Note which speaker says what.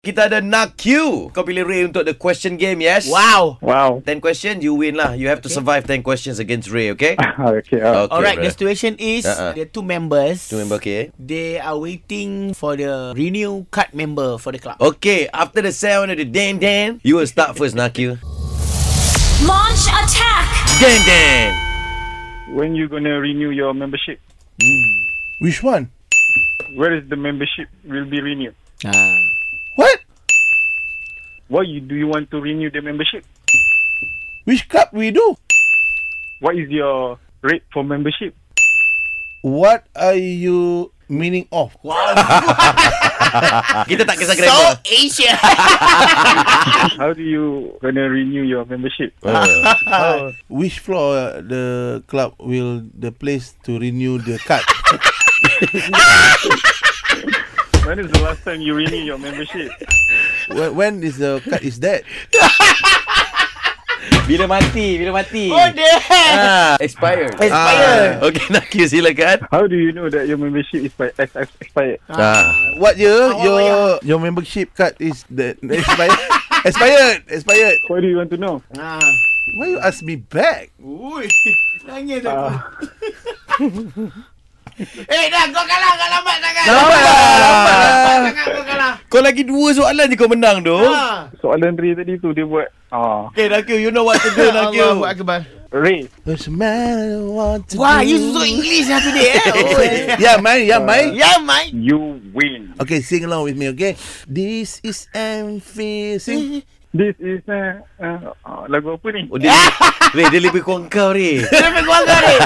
Speaker 1: Kita ada Nak Q. Kau pilih Ray untuk the question game, yes?
Speaker 2: Wow.
Speaker 3: Wow.
Speaker 1: 10 question, you win lah. You have to survive 10 questions against Ray, okay?
Speaker 3: okay. Uh,
Speaker 1: Okay,
Speaker 2: Alright, the
Speaker 1: brother.
Speaker 2: situation is
Speaker 1: Uh-uh.
Speaker 2: the two members.
Speaker 1: Two member, okay?
Speaker 2: They are waiting for the renew card member for the club.
Speaker 1: Okay, after the sound of the Dan Dan, you will start first, Nak Q.
Speaker 4: Launch attack!
Speaker 1: Dan Dan!
Speaker 3: When you gonna renew your membership?
Speaker 5: Hmm. Which one?
Speaker 3: Where is the membership will be renewed?
Speaker 2: Ah.
Speaker 5: What?
Speaker 3: What you do you want to renew the membership?
Speaker 5: Which club we do?
Speaker 3: What is your rate for membership?
Speaker 5: What are you meaning of?
Speaker 1: Ah, Kita tak kisah
Speaker 2: So
Speaker 1: grammar.
Speaker 2: Asia.
Speaker 3: How do you gonna renew your membership?
Speaker 1: Uh,
Speaker 5: Uh, which floor uh, the club will the place to renew the card?
Speaker 3: When is the last time you renew your membership?
Speaker 5: Wh- when is the card is dead?
Speaker 1: bila mati, bila mati.
Speaker 2: oh
Speaker 1: Ah,
Speaker 2: damn.
Speaker 1: expired.
Speaker 2: Expired.
Speaker 1: Ah. Okay, Nak Q, silakan.
Speaker 3: How do you know that your membership is by ex- ex- expired?
Speaker 1: Ah.
Speaker 5: What year
Speaker 2: Awal
Speaker 5: your your membership card is dead? Expired. expired. Expired.
Speaker 3: What do you want to know?
Speaker 2: Ah.
Speaker 5: Why you ask me back?
Speaker 2: Ui. Nangis aku.
Speaker 3: Uh,
Speaker 2: Eh dah kau kalah kau lambat sangat.
Speaker 1: Lambat lah, lambat lah.
Speaker 2: Lambat sangat kau kalah.
Speaker 1: Kau lagi dua soalan je kau menang tu.
Speaker 2: Ah.
Speaker 3: soalan three tadi tu dia buat. Ah,
Speaker 1: Okay, Nak Q, you know what to do, Nak Q.
Speaker 2: Allahu akbar.
Speaker 3: rate.
Speaker 5: What's the matter? What to
Speaker 2: Wah,
Speaker 5: do?
Speaker 2: you so English lah today eh. Oh, eh.
Speaker 5: yeah, mine. Yeah, mine.
Speaker 1: Ya.
Speaker 2: yeah, Mike.
Speaker 3: You win.
Speaker 5: Okay, sing along with me. Okay. This is Amphi. Sing.
Speaker 3: This is uh, uh, uh, lagu apa ni?
Speaker 1: Oh, dia, Ray, dia lebih kurang kau, Ray.
Speaker 2: Kenapa kau angkat ni?